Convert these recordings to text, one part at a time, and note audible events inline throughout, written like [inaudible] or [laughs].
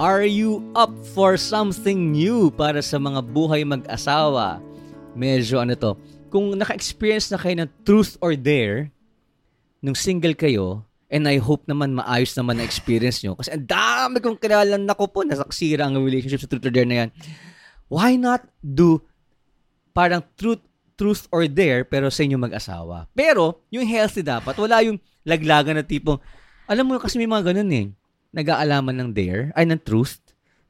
Are you up for something new para sa mga buhay mag-asawa? Medyo ano to, kung naka-experience na kayo ng truth or dare, nung single kayo, and I hope naman maayos naman na experience nyo, kasi ang dami kong kilala na ko po, nasaksira ang relationship sa truth or dare na yan. Why not do parang truth truth or dare pero sa inyo mag-asawa. Pero, yung healthy dapat. Wala yung laglagan na tipong, alam mo kasi may mga ganun eh. Nag-aalaman ng dare, ay ng truth.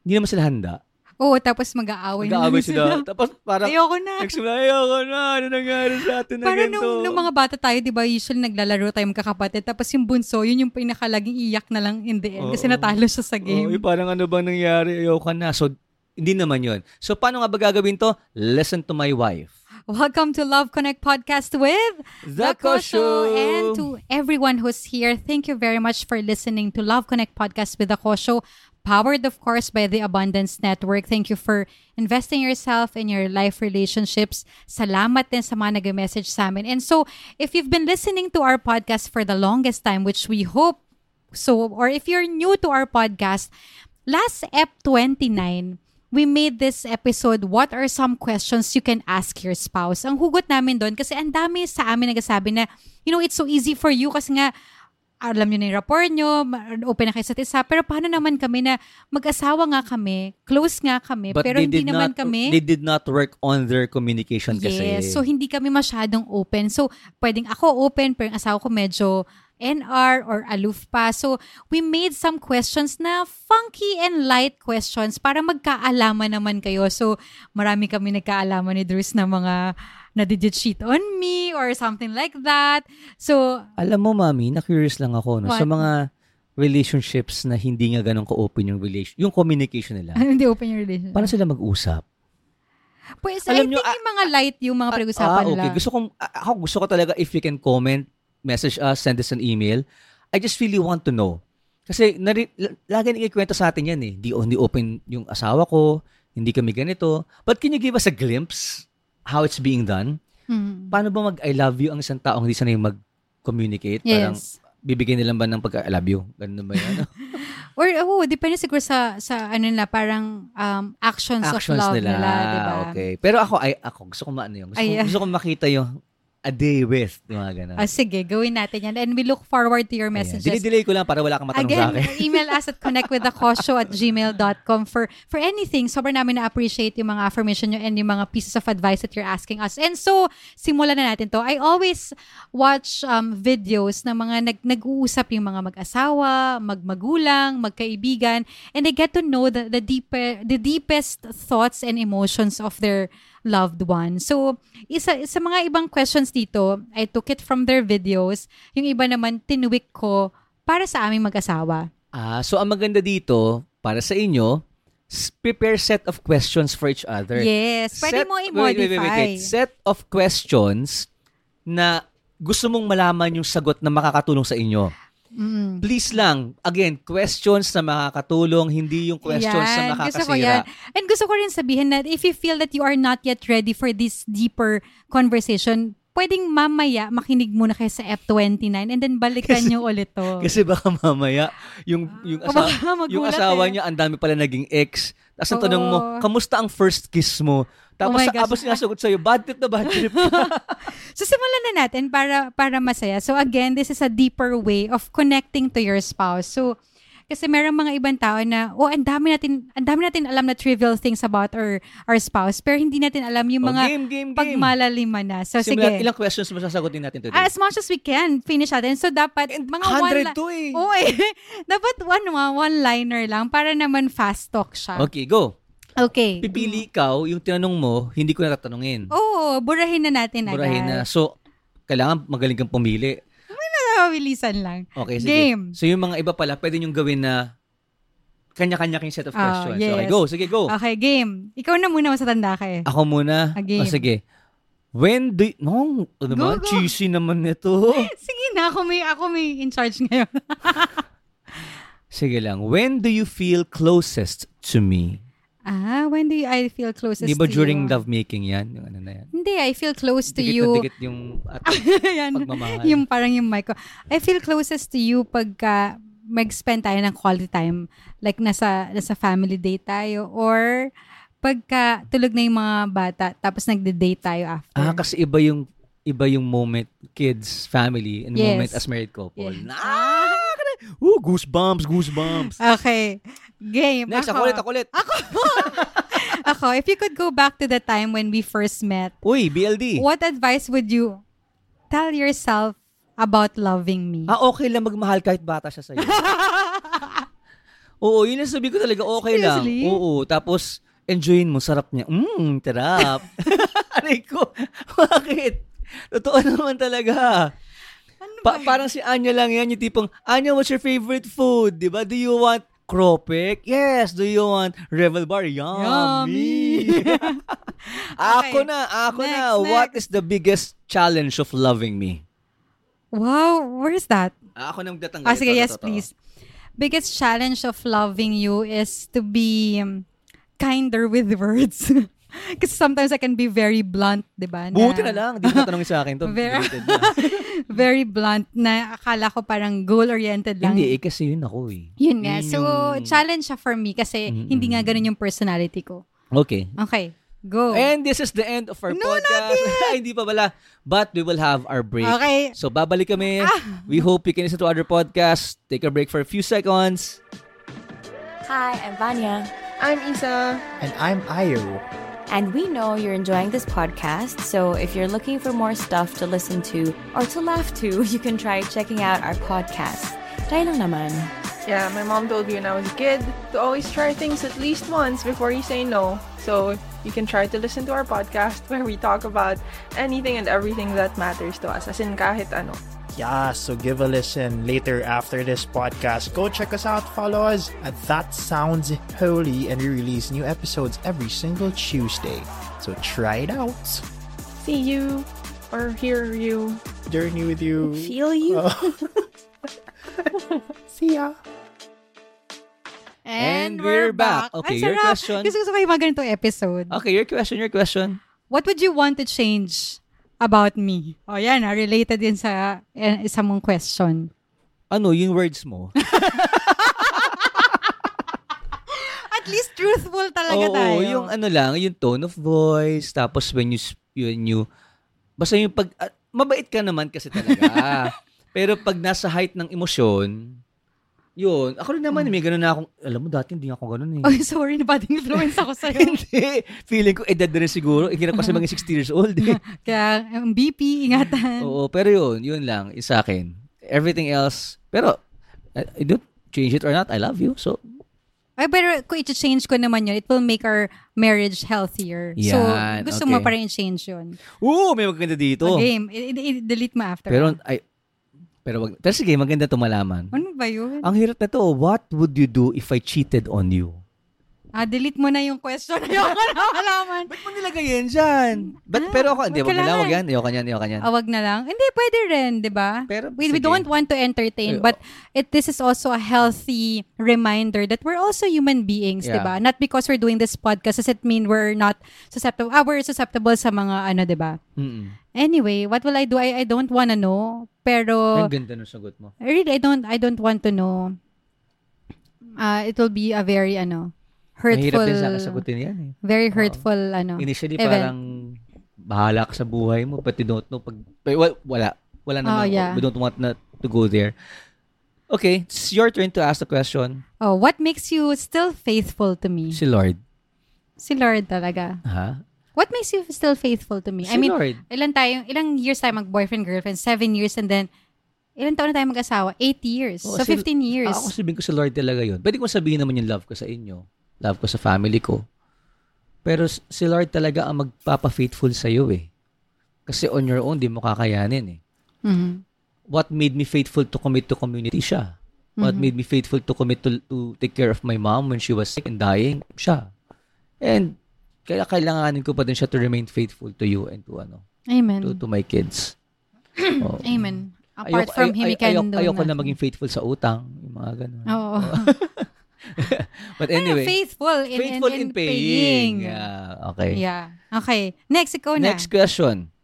Hindi naman sila handa. Oo, tapos mag-aaway na Nag-aaway naman sila. sila. Tapos parang, Ayoko na. nagsimula, ayoko na, ano nangyari sa atin na Parang ganito?" nung, nung mga bata tayo, di ba, usually naglalaro tayo magkakapatid. Tapos yung bunso, yun yung pinakalaging iyak na lang in the end kasi Oo. natalo siya sa Oo, eh, game. parang ano bang nangyari, ayoko na. So, hindi naman yon So, paano nga ba gagawin to? Listen to my wife. Welcome to Love Connect Podcast with The Kosho! And to everyone who's here, thank you very much for listening to Love Connect Podcast with the Kosho, powered, of course, by the Abundance Network. Thank you for investing yourself in your life relationships. Salamat din sa mga nag-message sa amin. And so, if you've been listening to our podcast for the longest time, which we hope so, or if you're new to our podcast, last EP 29, we made this episode, What Are Some Questions You Can Ask Your Spouse? Ang hugot namin doon, kasi ang dami sa amin nagsasabi na, you know, it's so easy for you kasi nga, alam nyo na yung rapport nyo, ma- open na kayo sa isa, pero paano naman kami na mag-asawa nga kami, close nga kami, But pero they hindi did naman not, kami. They did not work on their communication kasi. Yes, so hindi kami masyadong open. So, pwedeng ako open, pero yung asawa ko medyo NR or aloof pa. So, we made some questions na funky and light questions para magkaalaman naman kayo. So, marami kami nagkaalaman ni Drews na mga na did you cheat on me or something like that. So, [laughs] Alam mo, mami, na-curious lang ako no, sa What? mga relationships na hindi nga ganun ka-open yung relation, yung communication nila. hindi open your relationship. Paano sila mag-usap? Pues, I Alam think nyo, ah- yung mga light yung mga ah, pag-usapan okay. nila. Gusto kong, a- ako gusto ko talaga if you can comment, message us, send us an email. I just really want to know. Kasi nari, l- lagi nakikwento sa atin yan eh. Di only open yung asawa ko, hindi kami ganito. But can you give us a glimpse how it's being done? Hmm. Paano ba mag-I love you ang isang taong hindi sanay mag-communicate? Parang Yes. bibigyan nila ba ng pagka-I love you? Ganun ba [laughs] yan? Or oh, depende siguro sa sa ano nila parang um, actions, of love nila, di ba? Ah, Okay. Pero ako, ay, ako, gusto ko maano yun. Gusto, ko, Ay, ah. gusto ko makita yung a day with, yung mga ganun. Ah, sige, gawin natin yan. And we look forward to your Ayan. messages. Dinidelay ko lang para wala kang matanong sa Again, akin. [laughs] email us at connectwiththekosho at gmail.com for, for anything. Sobrang namin na-appreciate yung mga affirmation nyo and yung mga pieces of advice that you're asking us. And so, simulan na natin to. I always watch um, videos ng mga nag, nag-uusap yung mga mag-asawa, magmagulang, magkaibigan, and I get to know the, the, deeper, the deepest thoughts and emotions of their loved one. So, isa, sa mga ibang questions dito, I took it from their videos. Yung iba naman, tinuwik ko para sa aming mag-asawa. Ah, so ang maganda dito, para sa inyo, s- prepare set of questions for each other. Yes, pwede Set- mo i-modify. wait, wait, wait, wait, wait. Set of questions na gusto mong malaman yung sagot na makakatulong sa inyo. Mm. Please lang, again, questions na makakatulong, hindi yung questions Yan, na gusto ko yan. makakasira. And gusto ko rin sabihin na if you feel that you are not yet ready for this deeper conversation, pwedeng mamaya makinig muna kayo sa F29 and then balikan Kasi- nyo ulit to. [laughs] Kasi baka mamaya, yung, yung, O asawa, baka yung magulat asawa eh. niya, ang dami pala naging ex. Tapos ang tanong mo, Oo. Oh kamusta ang first kiss mo? Tapos sa my gosh. abos niya sagot sa'yo, bad trip na [laughs] bad trip. Oh, So simulan na natin para para masaya. So again, this is a deeper way of connecting to your spouse. So kasi merong mga ibang tao na oh ang dami natin ang dami natin alam na trivial things about our our spouse pero hindi natin alam yung Oh, mga game, game, game. pagmalalima na. So Simula- sige. Ilang questions mo sasagutin natin today? Ah, as much as we can, finish natin. So, dapat, mga one 100 li- to eh. Oo eh. [laughs] dapat one, mga one-liner lang para naman fast talk siya. Okay, go. Okay. Pipili ikaw yung tinanong mo, hindi ko natatanungin. Oo, burahin na natin agad. Murahin [laughs] na. So, kailangan magaling kang pumili. Nakakabilisan lang. Okay, sige. Game. So, yung mga iba pala, pwede niyong gawin na kanya-kanya kayong set of Ah, questions. Okay, yes. go. Sige, go. Okay, game. Ikaw na muna masatanda ka eh. Ako muna. Ah, game. O, sige. When do... No, ano Go, naman? go. Cheesy naman [laughs] nito. Sige na, ako may, ako may in charge ngayon. [laughs] sige lang. When do you feel closest to me? ah, when do you, I feel closest Di ba to during you? lovemaking yan? Yung ano na yan? Hindi, I feel close to Dikit you. na [laughs] dikit yung at Ayan. pagmamahal. Yung parang yung mic ko. I feel closest to you pagka mag-spend tayo ng quality time. Like, nasa, nasa family day tayo. Or, pagka tulog na yung mga bata, tapos nagde-date tayo after. Ah, kasi iba yung iba yung moment kids, family, and Yes. moment as married couple. Yes. Ah! Ooh, goosebumps, [laughs] goosebumps. Okay. Game. Next, ako ulit, ako ulit. Ako, if you could go back to the time when we first met, Uy, BLD. what advice would you tell yourself about loving me? Ah, okay lang magmahal kahit bata siya sa'yo. [laughs] Oo, yun ang sabi ko talaga, okay Seriously? lang. Oo, tapos, enjoyin mo, sarap niya. Mmm, [laughs] tarap. Aray ko, bakit? Totoo naman talaga. Pa- parang si Anya lang yan, yung tipong, Anya, what's your favorite food? Di ba? Do you want Kropik? Yes. Do you want Revel Bar? [laughs] Yummy. ako na, ako Next, na. next. What is the biggest challenge of loving me? wow, where's that? Ah, Ako na magtatanggal. Ah, sige, Ito, yes, ito, ito. please. Biggest challenge of loving you is to be um, kinder with [laughs] words. Kasi sometimes I can be very blunt, di ba? Buti na lang. Hindi mo natanongin sa akin to. [laughs] Vera. Deleted na. very blunt na akala ko parang goal-oriented lang. Hindi, eh, Mm. kasi yun ako eh. Yun nga. Yun So, yung- challenge siya for me kasi hindi nga ganun yung personality ko. Okay. Okay, go. And this is the end of our No, not podcast. [laughs] Ay, Hindi pa pala. But we will have our break. Okay. Ah. So babalik kami. We hope you can listen to other podcasts. Take a break for a few seconds. Hi, I'm Vanya, I'm Isa. And I'm Ayo. and we know you're enjoying this podcast. So if you're looking for more stuff to listen to or to laugh to, [laughs] you can try checking out our podcast. Tayo lang naman. Yeah, my mom told me when I was a kid to always try things at least once before you say no. So you can try to listen to our podcast [laughs] where we talk about anything and everything that matters to us. As in kahit ano. Yeah, so give a listen later after this podcast. Go check us out, follow us at That Sounds Holy, and we release new episodes every single Tuesday. So try it out. See you or hear you. Journey with you. Feel you. Oh. See ya. And we're back. Okay, Ang your sarap. question. Gusto gusto ko yung mga ganitong episode. Okay, your question, your question. What would you want to change about me? O oh, yan, ah, related din sa eh, isa mong question. Ano, yung words mo? At least truthful talaga Oo, tayo. [laughs] yung ano lang, yung tone of voice, tapos when you, s- when you, basta yung pag, ah, mabait ka naman kasi talaga. Pero pag nasa height ng emosyon, yun, ako rin naman, may ganun na akong, alam mo, dati hindi ako ganun eh. Oh, sorry, nabating influence ako sa'yo. Hindi. [laughs] Feeling ko edad na rin siguro. Ikirap kasi mga 60 years old. eh. [laughs] Kaya, ang BP, ingatan. Oo, pero yun, yun lang, is sa akin. Everything else, pero, I, I don't change it or not, I love you. So, Ay, pero kung i-change ko naman yun, it will make our marriage healthier. so, Yan, gusto okay. mo pa rin i-change yun. oo, may maganda dito. Game. I- i- i- delete mo after. Pero, ay, pero wag, pero sige, maganda to malaman. ano ba yun? Ang hirap na to, what would you do if I cheated on you? Ah, delete mo na yung question. [laughs] Ayoko na malaman. Ba't mo nilagay yan dyan? But, Ah, pero ako, hindi, wag wag na lang, kailangan. wag yan. Ayoko yan, ayoko yan. Awag na lang. Hindi, pwede rin, di ba? Ano? Pero, We, we sige. don't want to Ay, oh. entertain, but it this is also a healthy reminder that we're also human beings, di Yeah. ba? Not because we're doing this podcast does it mean we're not susceptible. Ah, we're susceptible sa mga ano, di ba? Mm-mm. Anyway, what will I do? I, I don't wanna know. Pero, Ang ganda ng sagot mo. I really, I don't, I don't want to know. Uh, it will be a very, ano, Ang hirap hurtful, din sa akin sagutin yan eh. very hurtful, ano. Initially, event. parang bahala ka sa buhay mo, but you don't know. Pag, pero wa- wala. Wala naman. Oh, yeah. We don't want na to go there. Okay, it's your turn to ask the question. Oh, what makes you still faithful to me? Si Lord. Si Lord talaga. Ha? What makes you still faithful to me? Si I mean, Lord. ilan tayo, ilang years tayo mag-boyfriend, girlfriend? Seven years and then, ilan taon na tayo mag-asawa? Eight years. Oo, so, si- 15 years. Oh, Ako sabihin ko si Lord talaga yun. Pwede kong sabihin naman yung love ko sa inyo. Love ko sa family ko. Pero s- si Lord talaga ang magpapa-faithful sa'yo eh. Kasi on your own, di mo kakayanin eh. Mhm. what made me faithful to commit to community siya. What Mm-hmm. made me faithful to commit to, to take care of my mom when she was sick and dying siya. And kaya kailanganin ko pa din siya to remain faithful to you and to ano, Amen. to, to my kids. Oh. Oo. Mm-hmm. [clears throat] Amen. Apart Ayoko- from ay- him, ay- he can ayoko- do ayoko na nothing. [laughs] maging faithful sa utang, yung mga ganun. Oo. But Ano, [laughs] anyway, faithful in, in- faithful in, in, paying. paying. Yeah, okay. Yeah. Okay. Next, ikaw na. Next question.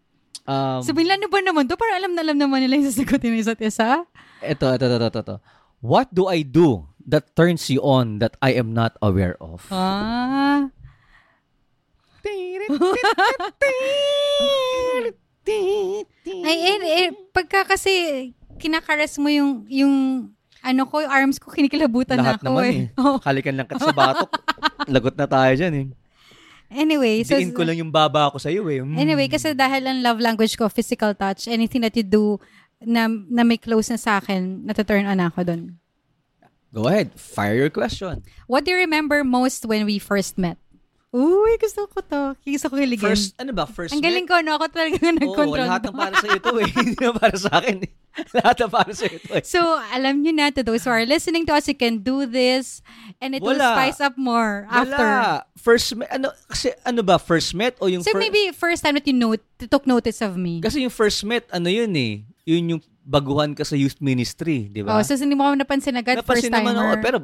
Um, Sabihin lang ano ba naman to? Para alam na alam naman nila yung sasagutin ng isa't isa. Ito, ito, ito, ito, ito. What do I do that turns you on that I am not aware of? Ah. Ay, eh, eh, pagka kasi kinakaras mo yung, yung ano ko, yung arms ko, kinikilabutan Lahat na ako naman eh. eh. [laughs] Oh. Halikan lang kat sa [laughs] batok. Lagot na tayo dyan eh. Anyway, so, Diin ko lang yung baba ko sa'yo eh. Mm. anyway, kasi dahil ang love language ko, physical touch, anything that you do na, na may close na sa akin, nataturn on ako dun. Go ahead. Fire your question. What do you remember most when we first met? Uy, gusto ko to. Gusto ko kiligin. First, ano ba? First Ang galing ko, no? Ako talaga Oo, nag-control. lahat to. ng para sa ito eh. [laughs] Hindi na para sa akin eh. Lahat ng para sa ito eh. So, alam nyo na to those who are listening to us, you can do this and it will Wala. spice up more after. Wala. First met, ano, kasi ano ba, first met o yung So, fir- maybe first time that you note, took notice of me. Kasi yung first met, ano yun eh, yun yung baguhan ka sa youth ministry, di ba? Oh, so, hindi mo ako napansin agad first Napansin timer. naman ako, pero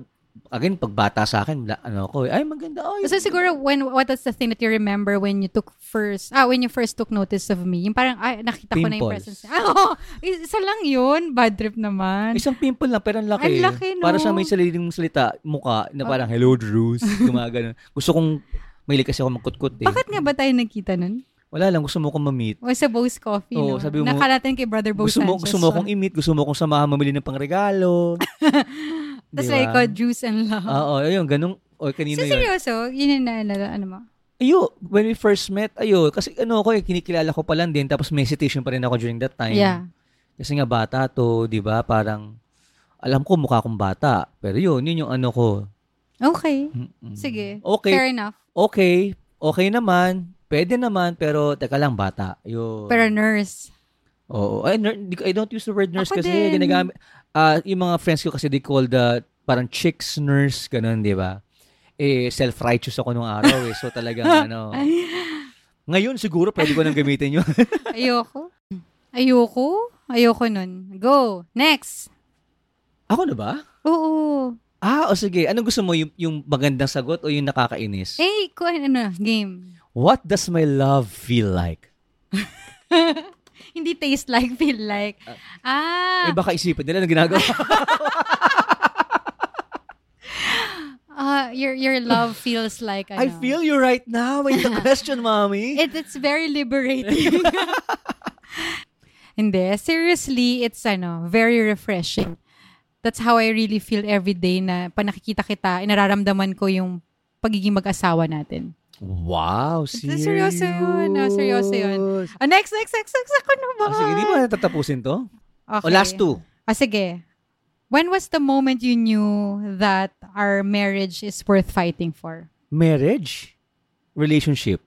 again, pagbata sa akin, la- ano ako eh, ay maganda, ay. so, siguro, when, what is the thing that you remember when you took first, ah, when you first took notice of me? Yung parang, ay, nakita ko na yung Pimples. presence. Ah, oo. isa lang yun. Bad trip naman. Isang pimple lang, pero ang laki. Ang eh. laki, no? Oh. Para sa may saliling salita, muka, na parang, hello, Drews, gumagano. Gusto kong, mahilig kasi ako magkutkut eh. Bakit nga ba tayo nagkita nun? Wala lang, gusto mo kong ma-meet. O sa Bose Coffee, Oo, no? sabi mo- Nakarating kay Brother Bose gusto mo, Sanchez. gusto mo akong i-meet, gusto mo akong samahan mamili ng [laughs] pangregalo. Tapos Di ba? like, oh, juice and love. Oo, ayun, ganun. O, kanino so, yun? seryoso, yun yung na, na- ano mo? Ayo, when we first met, ayo, kasi ano ako eh, kinikilala ko pa lang din, tapos may hesitation pa rin ako during that time. Yeah. Kasi nga bata to, di ba, parang, alam ko mukha akong bata, pero yun, yun yung ano ko. Okay. Mm-mm. Sige. Okay, Fair enough. okay, okay naman, pwede naman, pero teka lang, bata. Yun. Pero nurse. Oo. Ay, ner- di ko- I don't use the word nurse Ako kasi din. ginagamit, ah yung mga friends ko kasi they call the, parang chicks nurse, ganun, di ba? Eh, self-righteous ako nung araw eh, so [laughs] talagang ano. Ngayon siguro pwede ko nang gamitin yun. Ayoko. Ayoko? Ayoko nun. Go. Next. Ako na ba? Oo. Ah, o sige. Anong gusto mo? Yung, yung magandang sagot o yung nakakainis? Eh, kuha ano, game. What does my love feel like? Hindi taste like, [laughs] feel like. Ah. Eh, baka isipin nila na [laughs] ginagawa. ah, your, your [laughs] love feels like, ano. I feel you right now. Wait [laughs] the question, mommy. It, it's very [laughs] liberating. Hindi. Seriously, it's ano, very refreshing. That's how I really feel every day na panakikita kita, inararamdaman ko yung pagiging mag-asawa natin. Wow, serious. Seryoso yun. Ah, seryoso yun. Ah, next, next, next, next. Ako na ba? Ah, sige, di ba natatapusin to? Okay. O last two. Ah, sige. When was the moment you knew that our marriage is worth fighting for? Marriage? Relationship?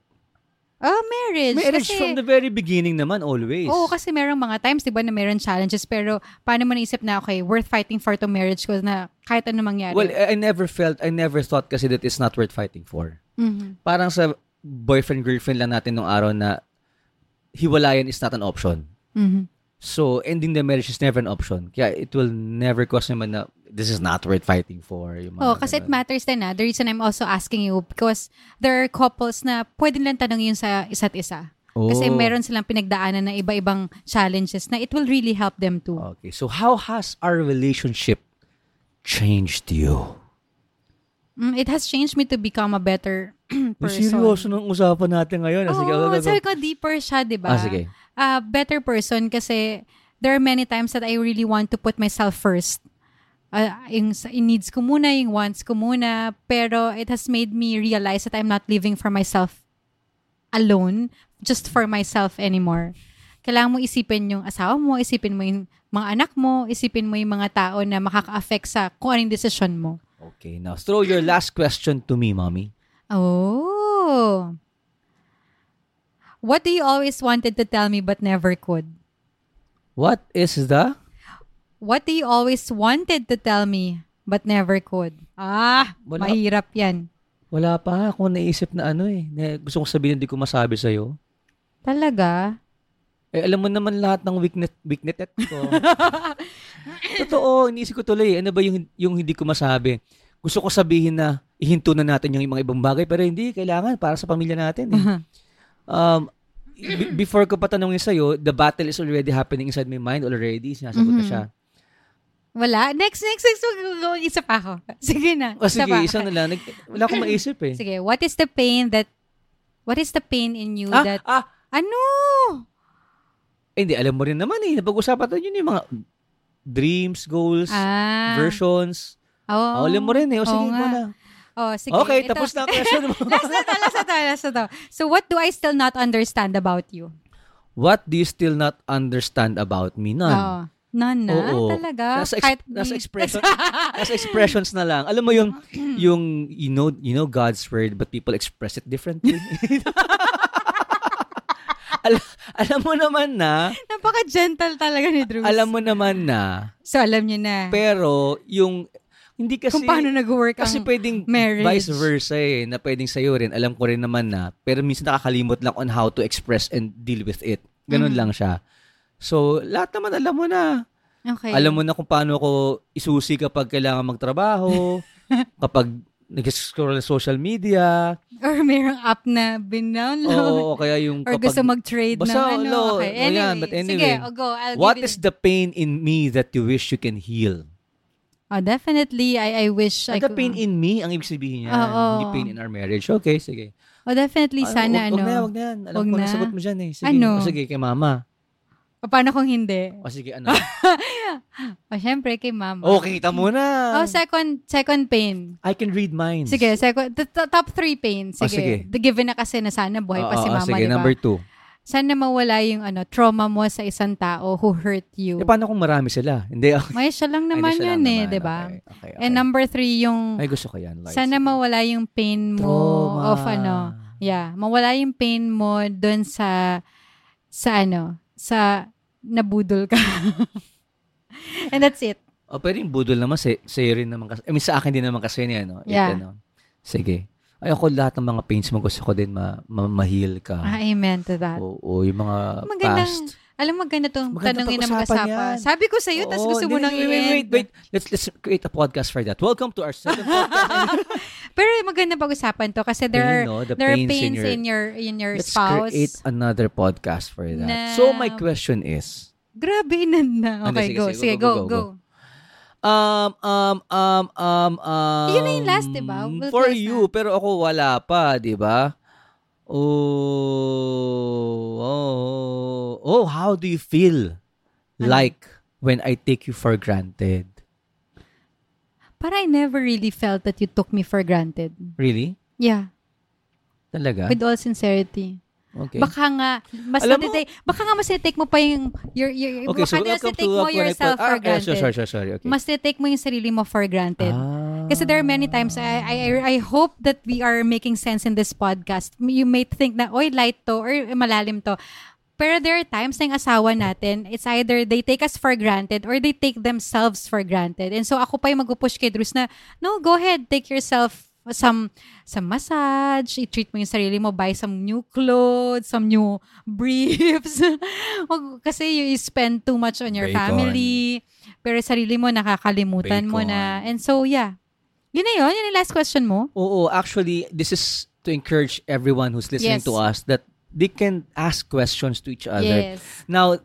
Oh, marriage. Marriage Kasi- from the very beginning naman, always. Oo, kasi merong mga times, di ba, na meron challenges. Pero, paano mo naisip na, okay, worth fighting for to marriage ko na kahit ano mangyari. Well, I I never felt, I never thought kasi that it's not worth fighting for. Mhm. parang sa boyfriend-girlfriend lang natin nung araw na hiwalayan is not an option. Mhm. So, ending the marriage is never an option. Kaya it will never cause naman na this is not worth fighting for. Yung mga Oo, Oh, kasi it ganun. matters din na. The reason I'm also asking you, because there are couples na pwede nilang tanongin yun sa isa't isa. Kasi Oo. meron silang pinagdaanan na iba-ibang challenges na it will really help them too. Okay, so how has our relationship changed you? Mm, it has changed me to become a better [clears throat] person. Oh, Seryoso nung usapan natin ngayon. Ah, sige, go, Oo, go, go. sabi ko, deeper siya, di ba? Ah, sige. Ah, better person kasi there are many times that I really want to put myself first. Ah, yung, sa- yung needs ko muna, yung wants ko muna. Pero it has made me realize that I'm not living for myself alone, just for myself anymore. Kailangan mo isipin yung asawa mo, isipin mo yung mga anak mo, isipin mo yung mga tao na makaka-affect sa kung anong desisyon mo. Okay, now throw your last question to me, mommy. Oh. What do you always wanted to tell me but never could? What is the... What do you always wanted to tell me but never could? Ah, Wala. mahirap yan. Wala pa ako naisip na ano eh. Na gusto kong sabihin hindi ko masabi sa'yo. Talaga? Eh, alam mo naman lahat ng weakness, weakness at [laughs] ko. Totoo, iniisip ko tuloy, ano ba yung, yung hindi ko masabi? Gusto ko sabihin na ihinto na natin yung mga ibang bagay, pero hindi, kailangan para sa pamilya natin. eh. [laughs] Um, b- before Mm-hmm. ko patanungin sa'yo, the battle is already happening inside my mind already. Sinasagot na siya. Wala. Next, next, next. wag- wag- Isa pa ako. [laughs] Sige na. O Oh, Ah, sige, pa. isa na lang. Nag- Wala akong maisip eh. Sige. What is the pain that... What is the pain in you Ah, that... ah, Ano? eh, hindi, alam mo rin naman eh. Napag-usapan tayo yun yung mga dreams, goals, Ah. versions. Oh, Oh, alam mo rin eh. O sige, Oo nga. wala. Oh, sige. Okay, Ito- tapos na ang question mo. [laughs] [laughs] last na to, last na to, last na to. So, what do I still not understand about you? What do you still not understand about me? None. Oo. None na? Oo. Talaga? Nasa, ex- Kahit- [laughs] nasa expression. nasa expressions na lang. Alam mo yung [clears throat] yung you know you know God's word but people express it differently. [laughs] Al- alam mo naman na, Napaka-gentle talaga ni Drews. alam mo naman na, So, alam niyo na. pero yung hindi kasi kung paano nag-work kasi ang... pwedeng marriage. vice versa eh, na pwedeng sa'yo rin. Alam ko rin naman na, pero minsan nakakalimot lang on how to express and deal with it. Ganun Mm-hmm. lang siya. So, lahat naman alam mo na. okay. Alam mo na kung paano ako isusi kapag kailangan [laughs] magtrabaho, kapag nag-scroll ng social media, Or mayroong app na binownload. o, o kaya yung [laughs] or kapag... gusto mag-trade ng Basta, ano. lo, okay. o Anyway, yan, but sige, anyway, I'll go. I'll What give it- is the pain in me that you wish you can heal? Oh, definitely, I, I wish I Ah, the pain in me, ang ibig sabihin niya. Oo. Hindi pain in our marriage. Okay, sige. Oh, definitely, Ah, sana wag, ano. Wag na, wag na yan. Alam Wag ko, na. nasagot mo dyan eh. Sige, Ano? O, sige, kay mama. O, paano kung hindi? O sige, ano? [laughs] O, syempre, kay mama. o, kita mo na. Oh, second, second pain. I can read minds. Sige, second, the, the top three pain. Oh, Sige. sige. The given na kasi na sana buhay pa Oo, si oo, mama, Sige, di ba? number two. Sana mawala yung ano, trauma mo sa isang tao who hurt you. Eh, paano kung marami sila? Hindi, okay. May siya lang Ay, naman di siya yun lang eh, naman. di ba? Okay, okay, okay. And number three, yung Ay, gusto ko yan. Lars. sana mawala yung pain mo Trauma. of ano. Yeah, mawala yung pain mo doon sa sa ano, sa nabudol ka. [laughs] And that's it. O, pwede Oh, yung budol naman. Sa, sa'yo rin naman kasi. I mean, sa akin din naman kasi niya, no? It, Yeah. ano. Sige. Ay, ako lahat ng mga pains mo gusto ko din ma, ma, ma-heal ka. Ah, amen to that. Oo, yung mga Magandang- past. Alam mo, ganda tong Oh. Maganda tanongin ng pag-usapan mag-asawa. yan. Sabi ko sa'yo, tas Oo, gusto mo hindi, nang wait, wait, wait, wait. Let's, let's create a podcast for that. Welcome to our [laughs] second podcast. Pero maganda pag-usapan to kasi Pain, there are, no? The there are pains in pains your- in your, in your, Let's spouse. create another podcast for that. Na- So, my question is, Grabe, inan Ah, na. Hindi, Okay, sige, go. sige, Sige, go, go. um, um, um, um, um, Yun na yung last, di ba? We'll for close you, pero ako wala pa, di ba? Oh, oh, oh, how do you feel like when I take you for granted? Para I never really felt that you took me for granted. Really? Yeah, Talaga? with all sincerity. Ah. Okay. Baka nga, mas Alam mo- natitake, baka nga mas natitake mo pa yung, your, your, okay, baka so mas welcome to natitake mo Up When I yourself Pod- Ah, for ah, granted. Sorry, sorry, sorry. Okay. Mas natitake mo yung sarili mo for granted. Ah. Kasi there are many times I, I I hope that we are making sense in this podcast. You may think na oy light to or malalim to. Pero there are times na yung asawa natin, it's either they take us for granted or they take themselves for granted. And so ako pa yung mag-push kay Drews na, no, go ahead, take yourself some some massage, i-treat mo yung sarili mo, buy some new clothes, some new [laughs] briefs. [laughs] Wag- Kasi you spend too much on your Bacon. family. Pero sarili mo, nakakalimutan mo na. Bacon. And so, yeah. Yun na yun. Yun yung last question mo. Oo, actually, this is to encourage everyone who's listening Yes. to us that they can ask questions to each other. Yes. Now,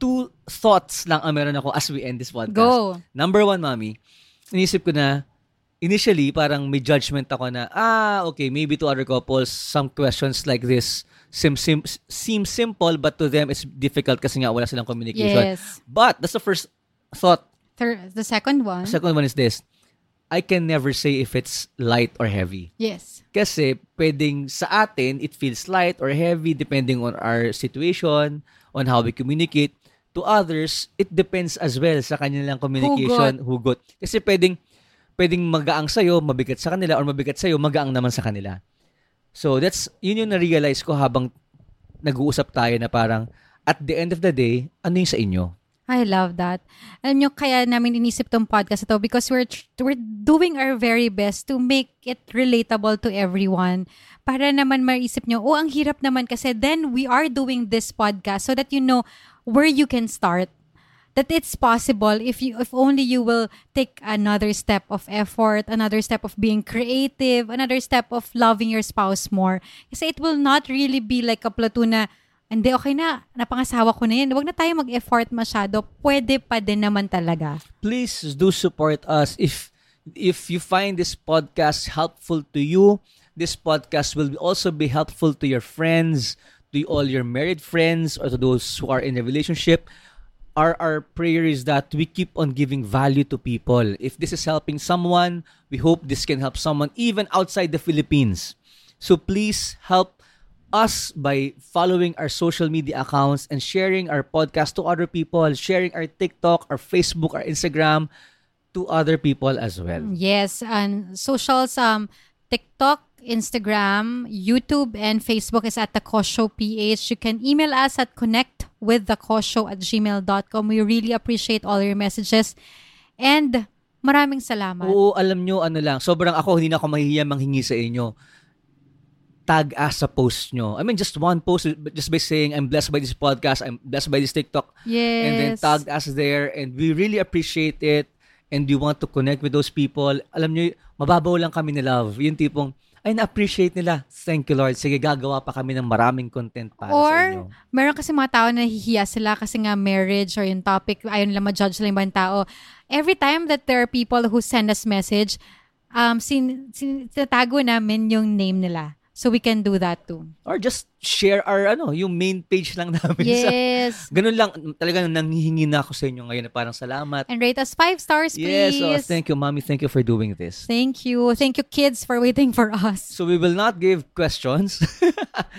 two thoughts lang ang meron ako as we end this podcast. Go. Number one, mommy, inisip ko na, initially, parang may judgment ako na, ah, okay, maybe to other couples, some questions like this seem, sim, seem simple, but to them, it's difficult kasi nga wala silang communication. Yes. But, that's the first thought. Thir- the second one. Second one is this, I can never say if it's light or heavy. yes. Kasi pwedeng sa atin, it feels light or heavy depending on our situation, on how we communicate. To others, it depends as well sa kanilang communication, hugot. Kasi pwedeng, pwedeng magaang sa'yo, mabigat sa kanila, or mabigat sa'yo, magaang naman sa kanila. So that's, yun yung na-realize ko habang nag-uusap tayo na parang, at the end of the day, ano yung sa inyo? I love that. Alam nyo, kaya namin inisip tong podcast ito because we're, tr- we're doing our very best to make it relatable to everyone. Para naman maisip nyo, oh, ang hirap naman kasi then we are doing this podcast so that you know where you can start. that it's possible if you if only you will take another step of effort, another step of being creative, another step of loving your spouse more. Kasi it will not really be like a platoon na hindi, okay na, napangasawa ko na yan. Huwag na tayo mag-effort masyado. Pwede pa din naman talaga. please do support us if if you find this podcast helpful to you this podcast will also be helpful to your friends to all your married friends or to those who are in a relationship our our prayer is that we keep on giving value to people if this is helping someone we hope this can help someone even outside the philippines so please help us by following our social media accounts and sharing our podcast to other people, sharing our TikTok, our Facebook, our Instagram to other people as well. Yes, and socials um TikTok, Instagram, YouTube, and Facebook is at the Kosho PH. You can email us at connect with the at gmail.com. We really appreciate all your messages. And maraming salamat. Oo, alam nyo, ano lang, sobrang ako, hindi na ako mahihiya manghingi sa inyo. Tag us sa post nyo. I mean, just one post, but just by saying, I'm blessed by this podcast, I'm blessed by this TikTok, Yes. and then tagged us there and we really appreciate it and we want to connect with those people. Alam nyo, mababaw lang kami ni Love. Yung tipong, ay na-appreciate nila. Thank you Lord. Sige, gagawa pa kami ng maraming content para Or, sa inyo. meron kasi mga tao na nahihiya sila kasi nga marriage or yung topic, ayun lang ma-judge lang yung ibang tao. Every time that there are people who send us message, um, sin, sin, tinatago namin yung name nila. So we can do that too. Or just share our, ano, yung main page lang [laughs] namin. sa- [laughs] Yes. ganun lang, talaga nanghihingi na ako sa inyo ngayon na parang salamat. And rate us five stars, yes, please. oh, thank you, Mommy. Thank you for doing this. Thank you. Thank you, kids, for waiting for us. [laughs] So we will not give questions.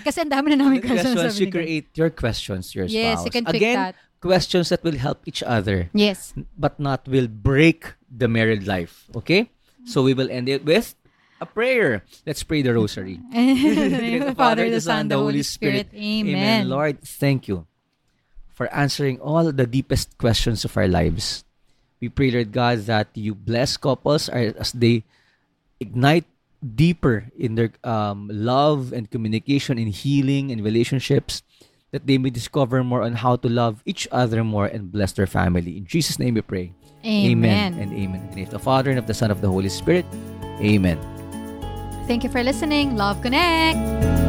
Kasi ang dami na namin questions. questions, na you binigay. create your questions, your Yes, spouse. you can pick Again, that. questions that will help each other. Yes. but not will break the married life. Okay? So we will end it with a prayer. Let's pray the rosary. [laughs] In the name of the Father, the Son, the Holy Spirit. Amen. Lord, thank you for answering all the deepest questions of our lives. We pray, Lord God, that you bless couples are- as they ignite deeper in their um, love and communication and healing and relationships that they may discover more on how to love each other more and bless their family. In Jesus' name we pray. Amen. and amen. In the name of the Father and of the Son of the Holy Spirit. Amen. Thank you for listening. Love Connect.